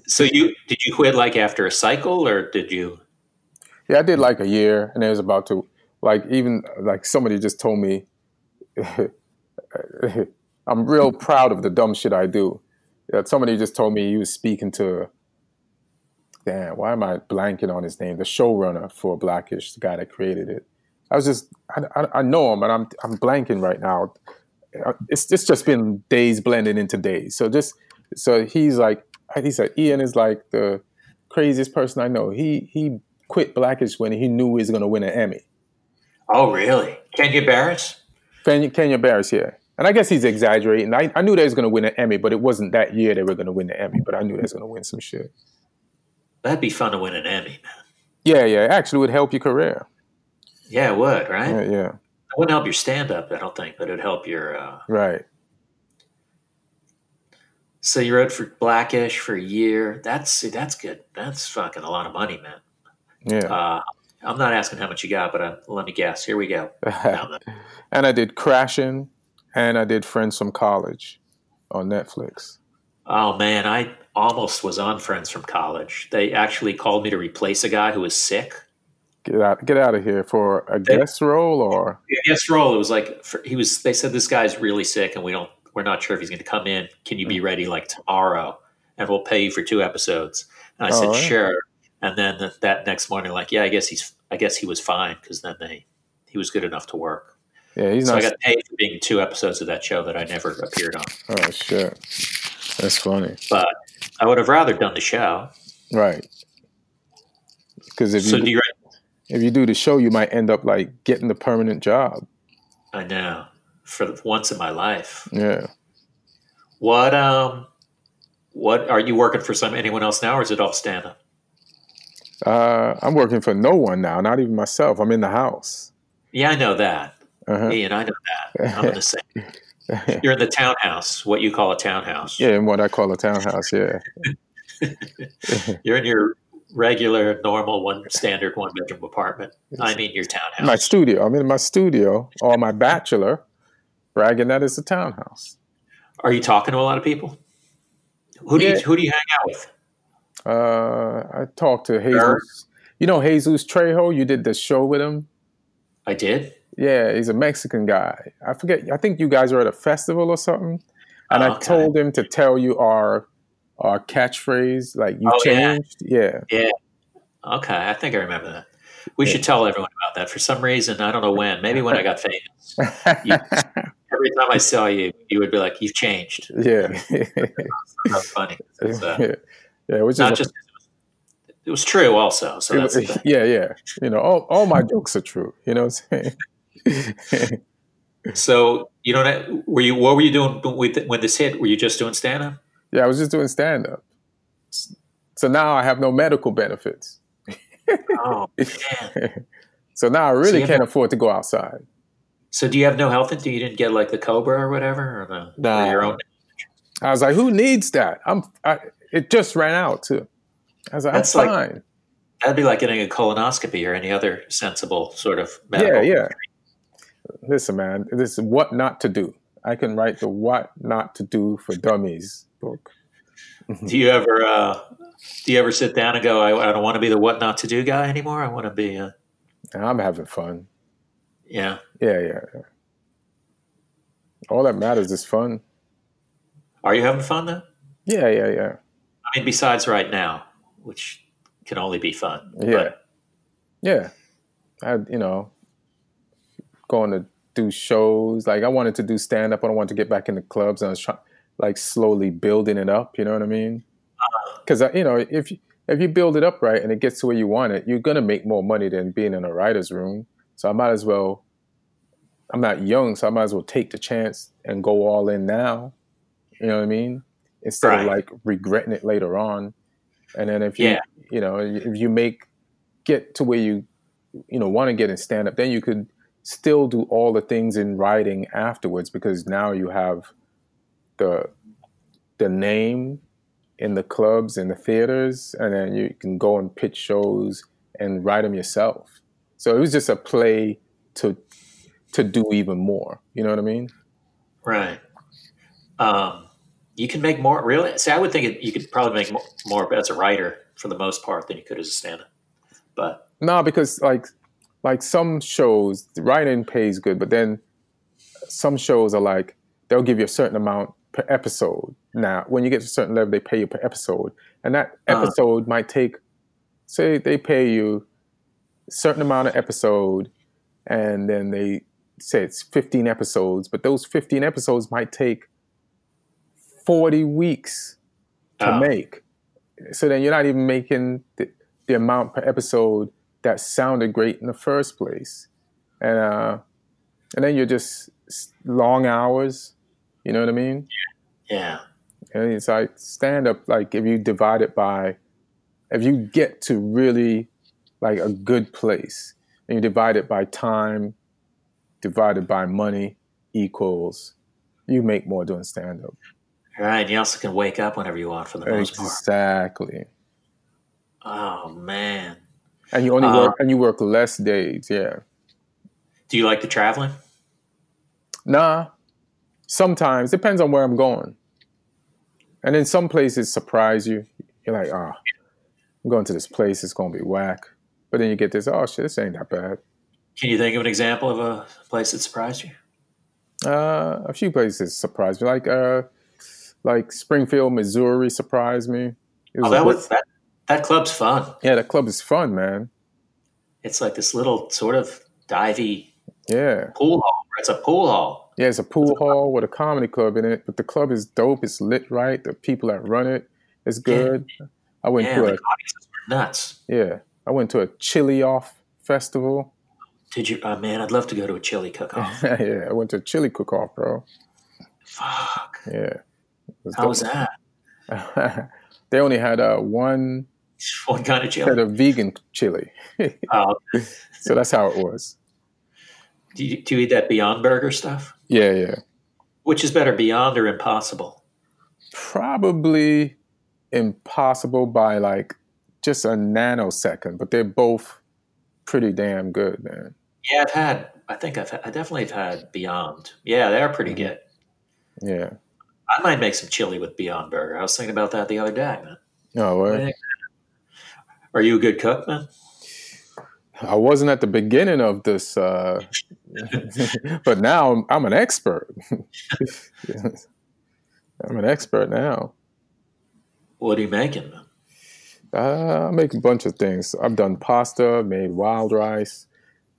S3: So you did you quit like after a cycle, or did you?
S4: Yeah, I did like a year, and it was about to like even like somebody just told me, I'm real proud of the dumb shit I do. Yeah, somebody just told me he was speaking to. Damn, why am I blanking on his name? The showrunner for Blackish, the guy that created it. I was just, I, I, I know him, and I'm I'm blanking right now. It's it's just been days blended into days. So just so he's like, he said Ian is like the craziest person I know. He he quit Blackish when he knew he was going to win an Emmy.
S3: Oh, really? Kenya Barris?
S4: Kenya, Kenya Barris, yeah. And I guess he's exaggerating. I, I knew they was going to win an Emmy, but it wasn't that year they were going to win the Emmy, but I knew they was going to win some shit.
S3: That'd be fun to win an Emmy, man.
S4: Yeah, yeah. Actually, it would help your career.
S3: Yeah, it would, right?
S4: Yeah, yeah.
S3: I wouldn't help your stand up, I don't think, but it'd help your. Uh...
S4: Right.
S3: So you wrote for Blackish for a year. That's see, that's good. That's fucking a lot of money, man.
S4: Yeah.
S3: Uh, I'm not asking how much you got, but uh, let me guess. Here we go. No, no.
S4: and I did Crashing, and I did Friends from College on Netflix.
S3: Oh man, I almost was on Friends from College. They actually called me to replace a guy who was sick.
S4: Get out! Get out of here for a
S3: They-
S4: guest role, or
S3: Yes, roll. It was like for, he was. They said this guy's really sick, and we don't. We're not sure if he's going to come in. Can you
S4: Mm-hmm.
S3: be ready like tomorrow? And we'll pay you for two episodes. And I
S4: Oh,
S3: said
S4: yeah.
S3: sure. And then th- that next morning, like yeah, I guess he's. I guess he was fine because then they. He was good enough to work.
S4: yeah, he's
S3: so
S4: not.
S3: I got paid for being two episodes of that show that I never appeared on.
S4: oh shit, that's funny,
S3: But I would have rather done the show.
S4: right? Because if
S3: so
S4: you
S3: do you?
S4: if you do the show, you might end up like getting the permanent job.
S3: I know. For the- once in my life,
S4: Yeah,
S3: what um, what are you working for? Some anyone else now, or is it all stand up?
S4: uh, I'm working for no one now, not even myself. I'm in the house.
S3: Yeah, I know that.
S4: Uh-huh.
S3: Ian, I know that. I'm in the same. You're in the townhouse, what you call a townhouse.
S4: Yeah, in what I call a townhouse. Yeah,
S3: You're in your regular, normal, one standard one bedroom apartment. I mean, your townhouse.
S4: my studio. I'm in my studio or my bachelor, bragging that it's a townhouse.
S3: Are you talking to a lot of people? Who do you,
S4: Yeah.
S3: who do you hang out with?
S4: Uh, I talked to Jesus.
S3: Sure.
S4: You know Jesus Trejo. You did the show with him.
S3: I did.
S4: Yeah, he's a Mexican guy. I forget. I think you guys were at a festival or something, and I
S3: Okay.
S4: told him to tell you our our catchphrase. Like you
S3: Oh, yeah.
S4: changed. Yeah.
S3: Okay, I think I remember that. We
S4: Yeah.
S3: should tell everyone about that. For some reason, I don't know when. Maybe when I got famous. You- every time I saw you, you would be like, "You've changed."
S4: yeah.
S3: That's funny. It's, uh,
S4: yeah. Yeah. Which
S3: not
S4: is.
S3: just it was true, also. So that's the thing.
S4: yeah, yeah. You know, all, all my jokes are true. You know what I'm saying?
S3: So you don't. have- Were you? What were you doing with, when this hit? Were you just doing stand up?
S4: yeah, I was just doing stand up. So now I have no medical benefits.
S3: Oh man!
S4: So now I
S3: So
S4: really
S3: you
S4: can't afford to go outside.
S3: So do you have no health? Do you didn't get like the Cobra or whatever, or the
S4: Nah.
S3: or your own?
S4: I was like, who needs that? I'm. I, it just ran out too. I was like,
S3: That's
S4: I'm
S3: like-
S4: fine.
S3: That'd be like getting a colonoscopy or any other sensible sort of
S4: yeah,
S3: medical.
S4: yeah. Listen, man, this is what not to do. I can write the what not to do for dummies book.
S3: Do you ever? Uh, do you ever sit down and go, I, I don't want to be the what not to do guy anymore. I want to be, uh,
S4: And I'm having fun.
S3: yeah.
S4: Yeah, yeah, yeah. All that matters is fun.
S3: Are you having fun though?
S4: Yeah, yeah, yeah.
S3: I mean, besides right now, which can only be fun.
S4: Yeah. Yeah. I, you know, going to do shows. Like, I wanted to do stand up and I wanted to get back into clubs. And I was trying, like, slowly building it up. You know what I mean? Because, you know, if you, if you build it up right and it gets to where you want it, you're going to make more money than being in a writer's room. So I might as well, I'm not young, so I might as well take the chance and go all in now. You know what I mean? Instead of
S3: Right.
S4: like regretting it later on. And then if you,
S3: Yeah.
S4: you know, if you make, get to where you you know want to get in stand up then you could still do all the things in writing afterwards because now you have the the name in the clubs in the theaters and then you can go and pitch shows and write them yourself so it was just a play to to do even more you know what i mean
S3: Right. Um, you can make more. Really, see, I would think it, you could probably make more, more as a writer for the most part than you could as a stand-up. But
S4: No, because like like some shows, the writing pays good, but then some shows are like they'll give you a certain amount per episode. Now, when you get to a certain level, they pay you per episode, and that
S3: Uh-huh.
S4: episode might take say they pay you a certain amount of episode, and then they say it's fifteen episodes, but those fifteen episodes might take forty weeks to
S3: uh,
S4: make. So then you're not even making the, the amount per episode that sounded great in the first place, and uh, and then you're just s- long hours. You know what I mean?
S3: yeah,
S4: And it's like stand up. Like if you divide it by, if you get to really like a good place, and you divide it by time divided by money equals you make more doing stand up.
S3: Right. You also can wake up whenever you want for the most
S4: Exactly.
S3: part. Oh man.
S4: And you only
S3: Uh,
S4: work and you work less days, yeah.
S3: Do you like the traveling?
S4: Nah. Sometimes depends on where I'm going. And then some places surprise you. You're like, ah, I'm going to this place, it's gonna be whack. But then you get this, oh shit, this ain't that bad.
S3: Can you think of an example of a place that surprised you?
S4: Uh, a few places surprised me, like uh, like Springfield, Missouri surprised me. It
S3: Oh,
S4: a
S3: that
S4: great-
S3: was that. That club's fun.
S4: yeah, that club is fun, man.
S3: It's like this little sort of divey
S4: Yeah,
S3: pool hall. It's a pool hall.
S4: yeah, it's a pool hall with a comedy club in it, but the club is dope. It's lit right. The people that run it is good. I went
S3: Man,
S4: to
S3: the
S4: a
S3: audiences were nuts.
S4: yeah, I went to a chili off festival.
S3: Did you? Oh man, I'd love to go to a chili cook-off.
S4: yeah, I went to a chili cook off, bro.
S3: Fuck.
S4: Yeah, it was
S3: How was that?
S4: dope. they only had uh, one
S3: One kind of
S4: set
S3: chili.
S4: of vegan chili,
S3: Oh,
S4: so that's how it was.
S3: do, you, do you eat that Beyond Burger stuff?
S4: Yeah, yeah.
S3: Which is better, Beyond or Impossible?
S4: probably impossible by like just a nanosecond, but they're both pretty damn good, man.
S3: Yeah, I've had. I think I've. Had, I definitely have had Beyond. Yeah, they are pretty
S4: Mm-hmm.
S3: good.
S4: Yeah.
S3: I might make some chili with Beyond Burger. I was thinking about that the other day, man.
S4: No, well,
S3: Yeah. Are you a good cook, man?
S4: I wasn't at the beginning of this, uh, but now I'm, I'm an expert. I'm an expert now.
S3: What are you making, man?
S4: Uh, I make a bunch of things. I've done pasta, made wild rice.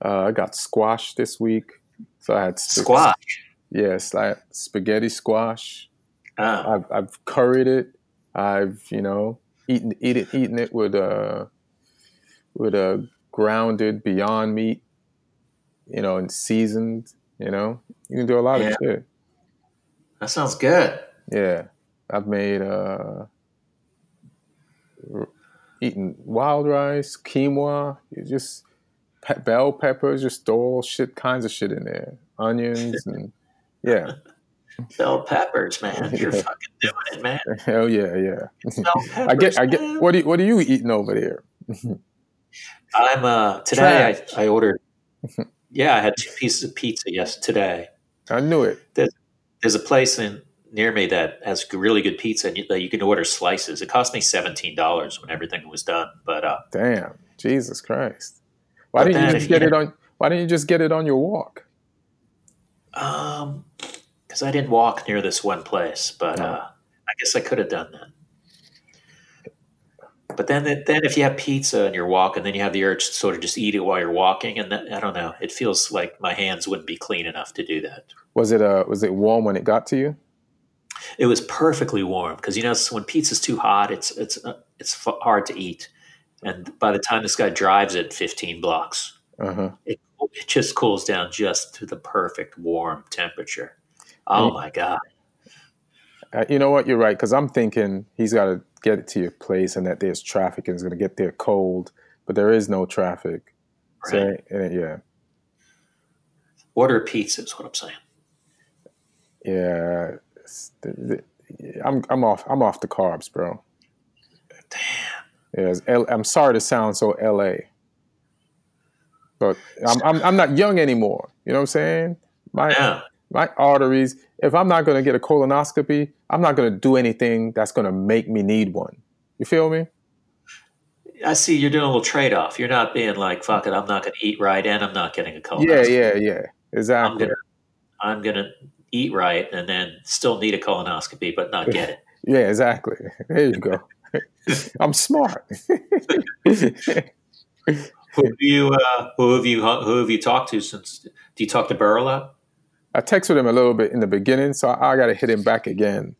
S4: Uh, I got squash this week, so I had sp-
S3: Squash.
S4: Yes, I had spaghetti squash.
S3: Oh,
S4: I've I've curried it. I've you know eaten eat it, eaten it with uh with a grounded Beyond Meat, you know, and seasoned. You know, you can do a lot
S3: Yeah.
S4: of shit.
S3: that sounds good.
S4: Yeah, I've made uh r- eaten wild rice, quinoa, you just pe- bell peppers, just throw all shit kinds of shit in there, onions and yeah,
S3: Bell peppers, man. You're
S4: Yeah.
S3: fucking doing it, man.
S4: hell yeah, yeah.
S3: Bell peppers.
S4: I get, I
S3: man.
S4: get. What do you, what are you eating over there?
S3: I'm uh today
S4: Trash.
S3: I, I ordered yeah, I had two pieces of pizza yes today.
S4: I knew it.
S3: There's a place in near me that has really good pizza and you, that you can order slices. It cost me seventeen dollars when everything was done, but uh
S4: Damn, Jesus Christ! Why
S3: But then
S4: didn't you
S3: if
S4: just get
S3: you-
S4: it on? Why didn't you just get it on your walk?
S3: um because I didn't walk near this one place, but
S4: No.
S3: uh I guess I could have done that. But then, then if you have pizza and you're walking, then you have the urge to sort of just eat it while you're walking, and that, I don't know. It feels like my hands wouldn't be clean enough to do that.
S4: Was it uh Was it warm when it got to you?
S3: It was perfectly warm because you know s- when pizza's too hot, it's it's uh, it's f- hard to eat, and by the time this guy drives it 15 blocks,
S4: Uh huh.
S3: it it just cools down just to the perfect warm temperature. Oh
S4: Mm.
S3: my god!
S4: Uh, you know what? You're right. Because I'm thinking he's got to get it to your place, and that there's traffic, and he's gonna get there cold. But there is no traffic. So,
S3: Right.
S4: and it- yeah,
S3: Order a pizza is what I'm saying.
S4: yeah. It's- th- th- I'm I'm off I'm off the carbs, bro. Damn. Yeah, it's L- I'm sorry to sound so LA, but I'm, I'm I'm not young anymore. You know what I'm saying? My
S3: Yeah,
S4: my arteries. If I'm not going to get a colonoscopy, I'm not going to do anything that's going to make me need one. You feel me?
S3: I see you're doing a little trade off. You're not being like "fuck it," I'm not going to eat right, and I'm not getting a colonoscopy.
S4: yeah, yeah, yeah.
S3: Oh, I'm
S4: Exactly.
S3: gonna I'm gonna eat right, and then still need a colonoscopy, but not get it.
S4: Yeah, exactly. There you go. I'm smart.
S3: Who do you uh, who have you who have you talked to since? Do you talk to Burl up?
S4: I texted him a little bit in the beginning, so I, got to hit him back again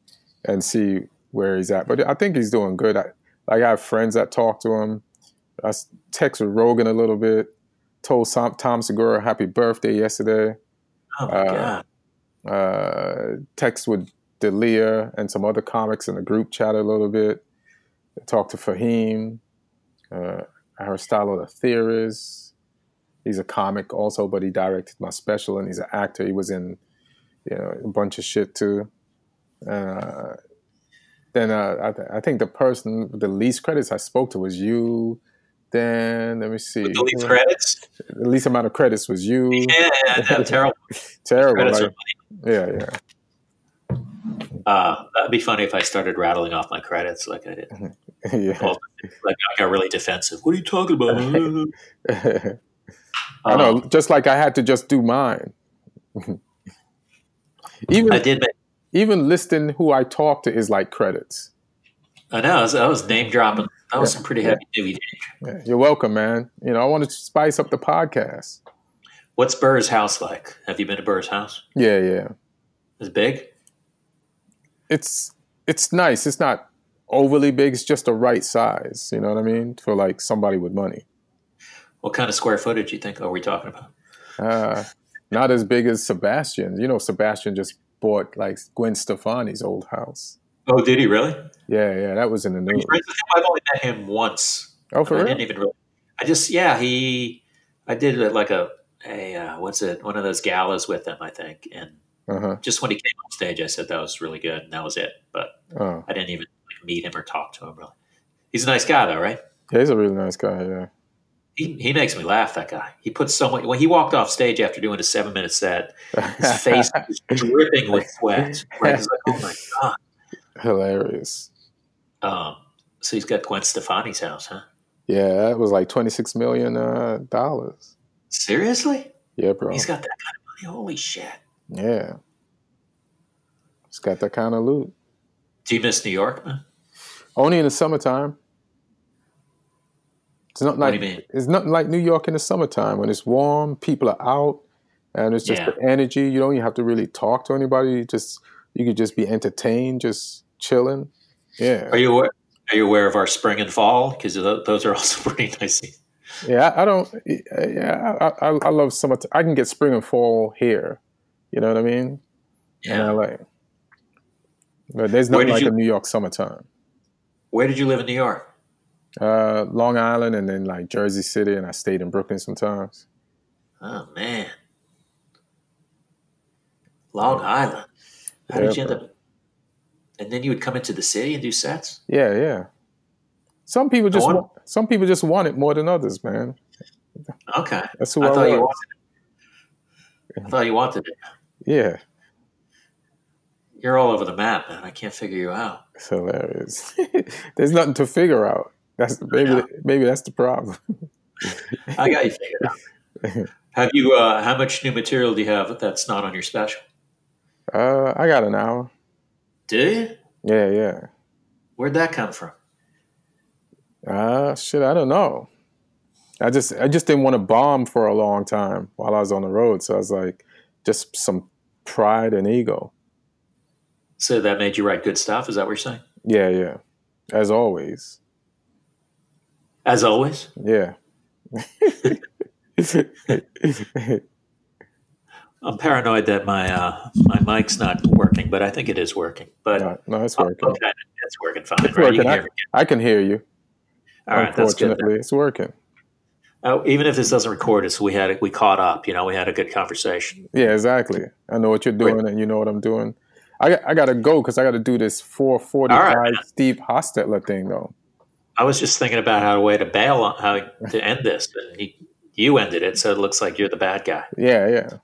S4: and see where he's at. But I think he's doing good. I, like I have friends that talk to him. I s- texted Rogan a little bit. Told Tom, Tom Segura happy birthday yesterday.
S3: Oh my
S4: Uh,
S3: god!
S4: uh, text with Delia and some other comics in the group chat a little bit. Talked to Fahim, uh, Aristotle the Theorist, He's a comic also, but he directed my special, and he's an actor. He was in, you know, a bunch of shit too. Uh, then uh, I, th- I think the person with the least credits I spoke to was you. Then let me see.
S3: With the least credits?
S4: The least amount of credits was you.
S3: Yeah, yeah, terrible.
S4: Terrible.
S3: Credits
S4: like-
S3: are
S4: yeah, yeah.
S3: Uh, that'd be funny if I started rattling off my credits like I did.
S4: yeah.
S3: Well, Like I got really defensive. What are you talking about? Um, Oh.
S4: I know, just like I had to just do mine.
S3: I
S4: even
S3: did. Make,
S4: even listing who I talked to is like credits.
S3: I know. I was, I was name dropping. That was some pretty heavy duty.
S4: Yeah, You're welcome, man. You know, I want to spice up the podcast.
S3: What's Burr's house like? Have you been to Burr's house?
S4: Yeah, yeah.
S3: It's big.
S4: It's it's nice. It's not overly big. It's just the right size. You know what I mean? For like somebody with money.
S3: What kind of square footage you think are we talking about?
S4: Uh, not as big as Sebastian. You know, Sebastian just bought like Gwen Stefani's old house.
S3: Oh, did he really?
S4: Yeah, yeah. That was in the news.
S3: Friends with him, I've only met him once.
S4: Oh, for
S3: I
S4: real?
S3: didn't even. Really, I just yeah he. I did uh, like a a uh, what's it one of those galas with him I think and
S4: Uh huh.
S3: just when he came on stage I said that was really good and that was it but
S4: Oh,
S3: I didn't even like, meet him or talk to him really. He's a nice guy though, right?
S4: yeah, he's a really nice guy. Yeah.
S3: He, he makes me laugh. That guy. He put so much. When he walked off stage after doing a seven minute set, his face was dripping with sweat. Right? He's like, oh my god.
S4: Hilarious.
S3: Um, so he's got Gwen Stefani's house, huh?
S4: Yeah, that was like twenty six million uh, dollars.
S3: Seriously?
S4: Yeah, bro.
S3: He's got that kind of money. Holy shit.
S4: yeah, he's got that kind of loot.
S3: Do you miss New York, man?
S4: Only in the summertime. It's
S3: What
S4: not like
S3: do you mean?
S4: it's nothing like New York in the summertime when it's warm, people are out, and it's just
S3: Yeah.
S4: the energy. You don't even have to really talk to anybody. You just you could just be entertained, just chilling. Yeah,
S3: Are you aware? Are you aware of our spring and fall? Because those are also pretty nice. seasons.
S4: Yeah, I, I don't. Yeah, I, I, I love summer. I can get spring and fall here. You know what I mean?
S3: Yeah.
S4: In LA. But there's
S3: Where
S4: nothing
S3: did
S4: like
S3: you-
S4: a New York summertime.
S3: Where did you live in New York?
S4: Uh, Long Island and then like Jersey City, and I stayed in Brooklyn sometimes.
S3: Oh man, Long Island. How
S4: Yeah,
S3: did you end up? And then you would come into the city and do sets.
S4: Yeah, yeah. Some people just
S3: wonder-
S4: want, some people just want it more than others, man.
S3: Okay,
S4: That's who
S3: I
S4: I,
S3: thought
S4: was.
S3: you wanted. It. I thought you wanted it.
S4: Yeah,
S3: You're all over the map, man. I can't figure you out.
S4: it's hilarious. there's nothing to figure out. That's maybe
S3: Yeah.
S4: maybe that's the problem.
S3: I got you figured out. Have you? Uh, how much new material do you have that's not on your special?
S4: Uh, I got an hour.
S3: Do you?
S4: Yeah, yeah.
S3: Where'd that come from?
S4: Ah, shit, I don't know. I just I just didn't want to bomb for a long time while I was on the road, so I was like, just some pride and ego.
S3: So that made you write good stuff. Is that what you're saying?
S4: Yeah, yeah. As always.
S3: As always.
S4: Yeah.
S3: I'm paranoid that my uh, my mic's not working, but I think it is working. But
S4: no, no,
S3: uh,
S4: it's working.
S3: okay, it's working fine.
S4: It's
S3: right? You
S4: working.
S3: can
S4: I,
S3: hear me.
S4: I can hear you.
S3: All right, that's good.
S4: unfortunately, it's working.
S3: Oh, even if this doesn't record us, we had it. We caught up. You know, we had a good conversation.
S4: Yeah, exactly. I know what you're doing, and you know what I'm doing. I got, I gotta go because I gotta do this 445
S3: All right.
S4: Steve Hostetler thing though.
S3: I was just thinking about how a way to bail on how to end this, and he, you ended it, so it looks like you're the bad guy.
S4: Yeah, yeah.
S3: Do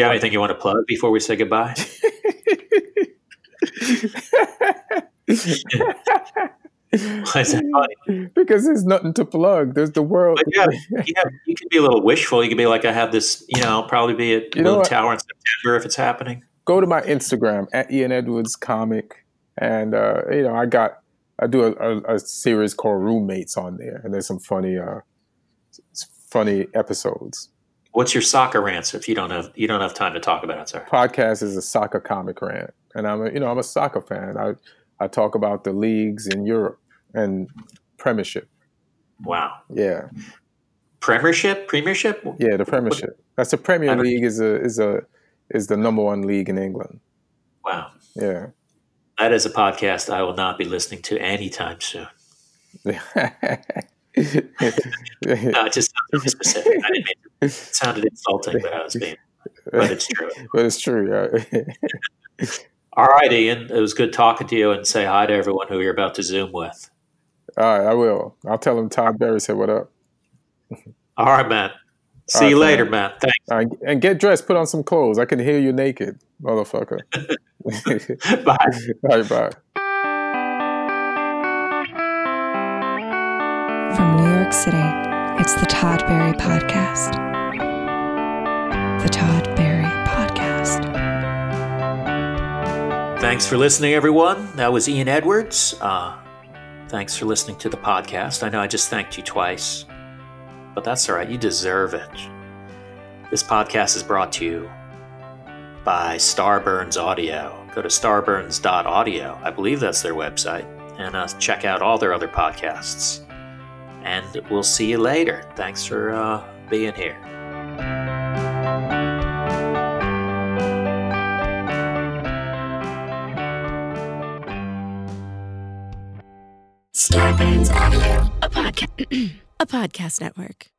S3: you have anything you want to plug before we say goodbye? Why is that funny?
S4: because there's nothing to plug. There's the world.
S3: But yeah, you, have, you can be a little wishful. You can be like, I have this. You know, I'll probably be at
S4: You know
S3: Moon
S4: what?
S3: Tower in September if it's happening.
S4: Go to my Instagram at Ian Edwards Comic, and uh, you know I got I do a, a, a series called Roommates on there, and there's some funny uh, s- funny episodes.
S3: What's your soccer rants if you don't have you don't have time to talk about it, sir?
S4: Podcast is a soccer comic rant, and I'm a, you know I'm a soccer fan. I I talk about the leagues in Europe and Premiership.
S3: Wow.
S4: Yeah,
S3: Premiership? Premiership?
S4: yeah, the Premiership. That's the Premier
S3: I don't-
S4: League is a is a is the number one league in England.
S3: Wow.
S4: Yeah.
S3: That is a podcast I will not be listening to anytime soon.
S4: yeah,
S3: No, it just sounds really specific. I didn't mean to It sounded insulting, but I was being, but it's true.
S4: but it's true. Yeah.
S3: All right, Ian. It was good talking to you, and say hi to everyone who you're about to Zoom with.
S4: All right, I will. I'll tell him Todd Berry said what up.
S3: All right, Matt. See
S4: right,
S3: you
S4: fam.
S3: later, Matt. Thanks.
S4: All right, and get dressed, put on some clothes. I can hear you naked, motherfucker.
S3: Bye.
S4: All right, bye.
S2: From New York City, it's the Todd Berry Podcast. The Todd Berry Podcast.
S3: Thanks for listening, everyone. That was Ian Edwards. Uh, thanks for listening to the podcast. I know I just thanked you twice, but that's all right. You deserve it. This podcast is brought to you by Starburns Audio. Go to starburns.audio. I believe that's their website. And uh, check out all their other podcasts. And we'll see you later. Thanks for uh, being here.
S1: Starburns Audio, a podcast, a podcast network.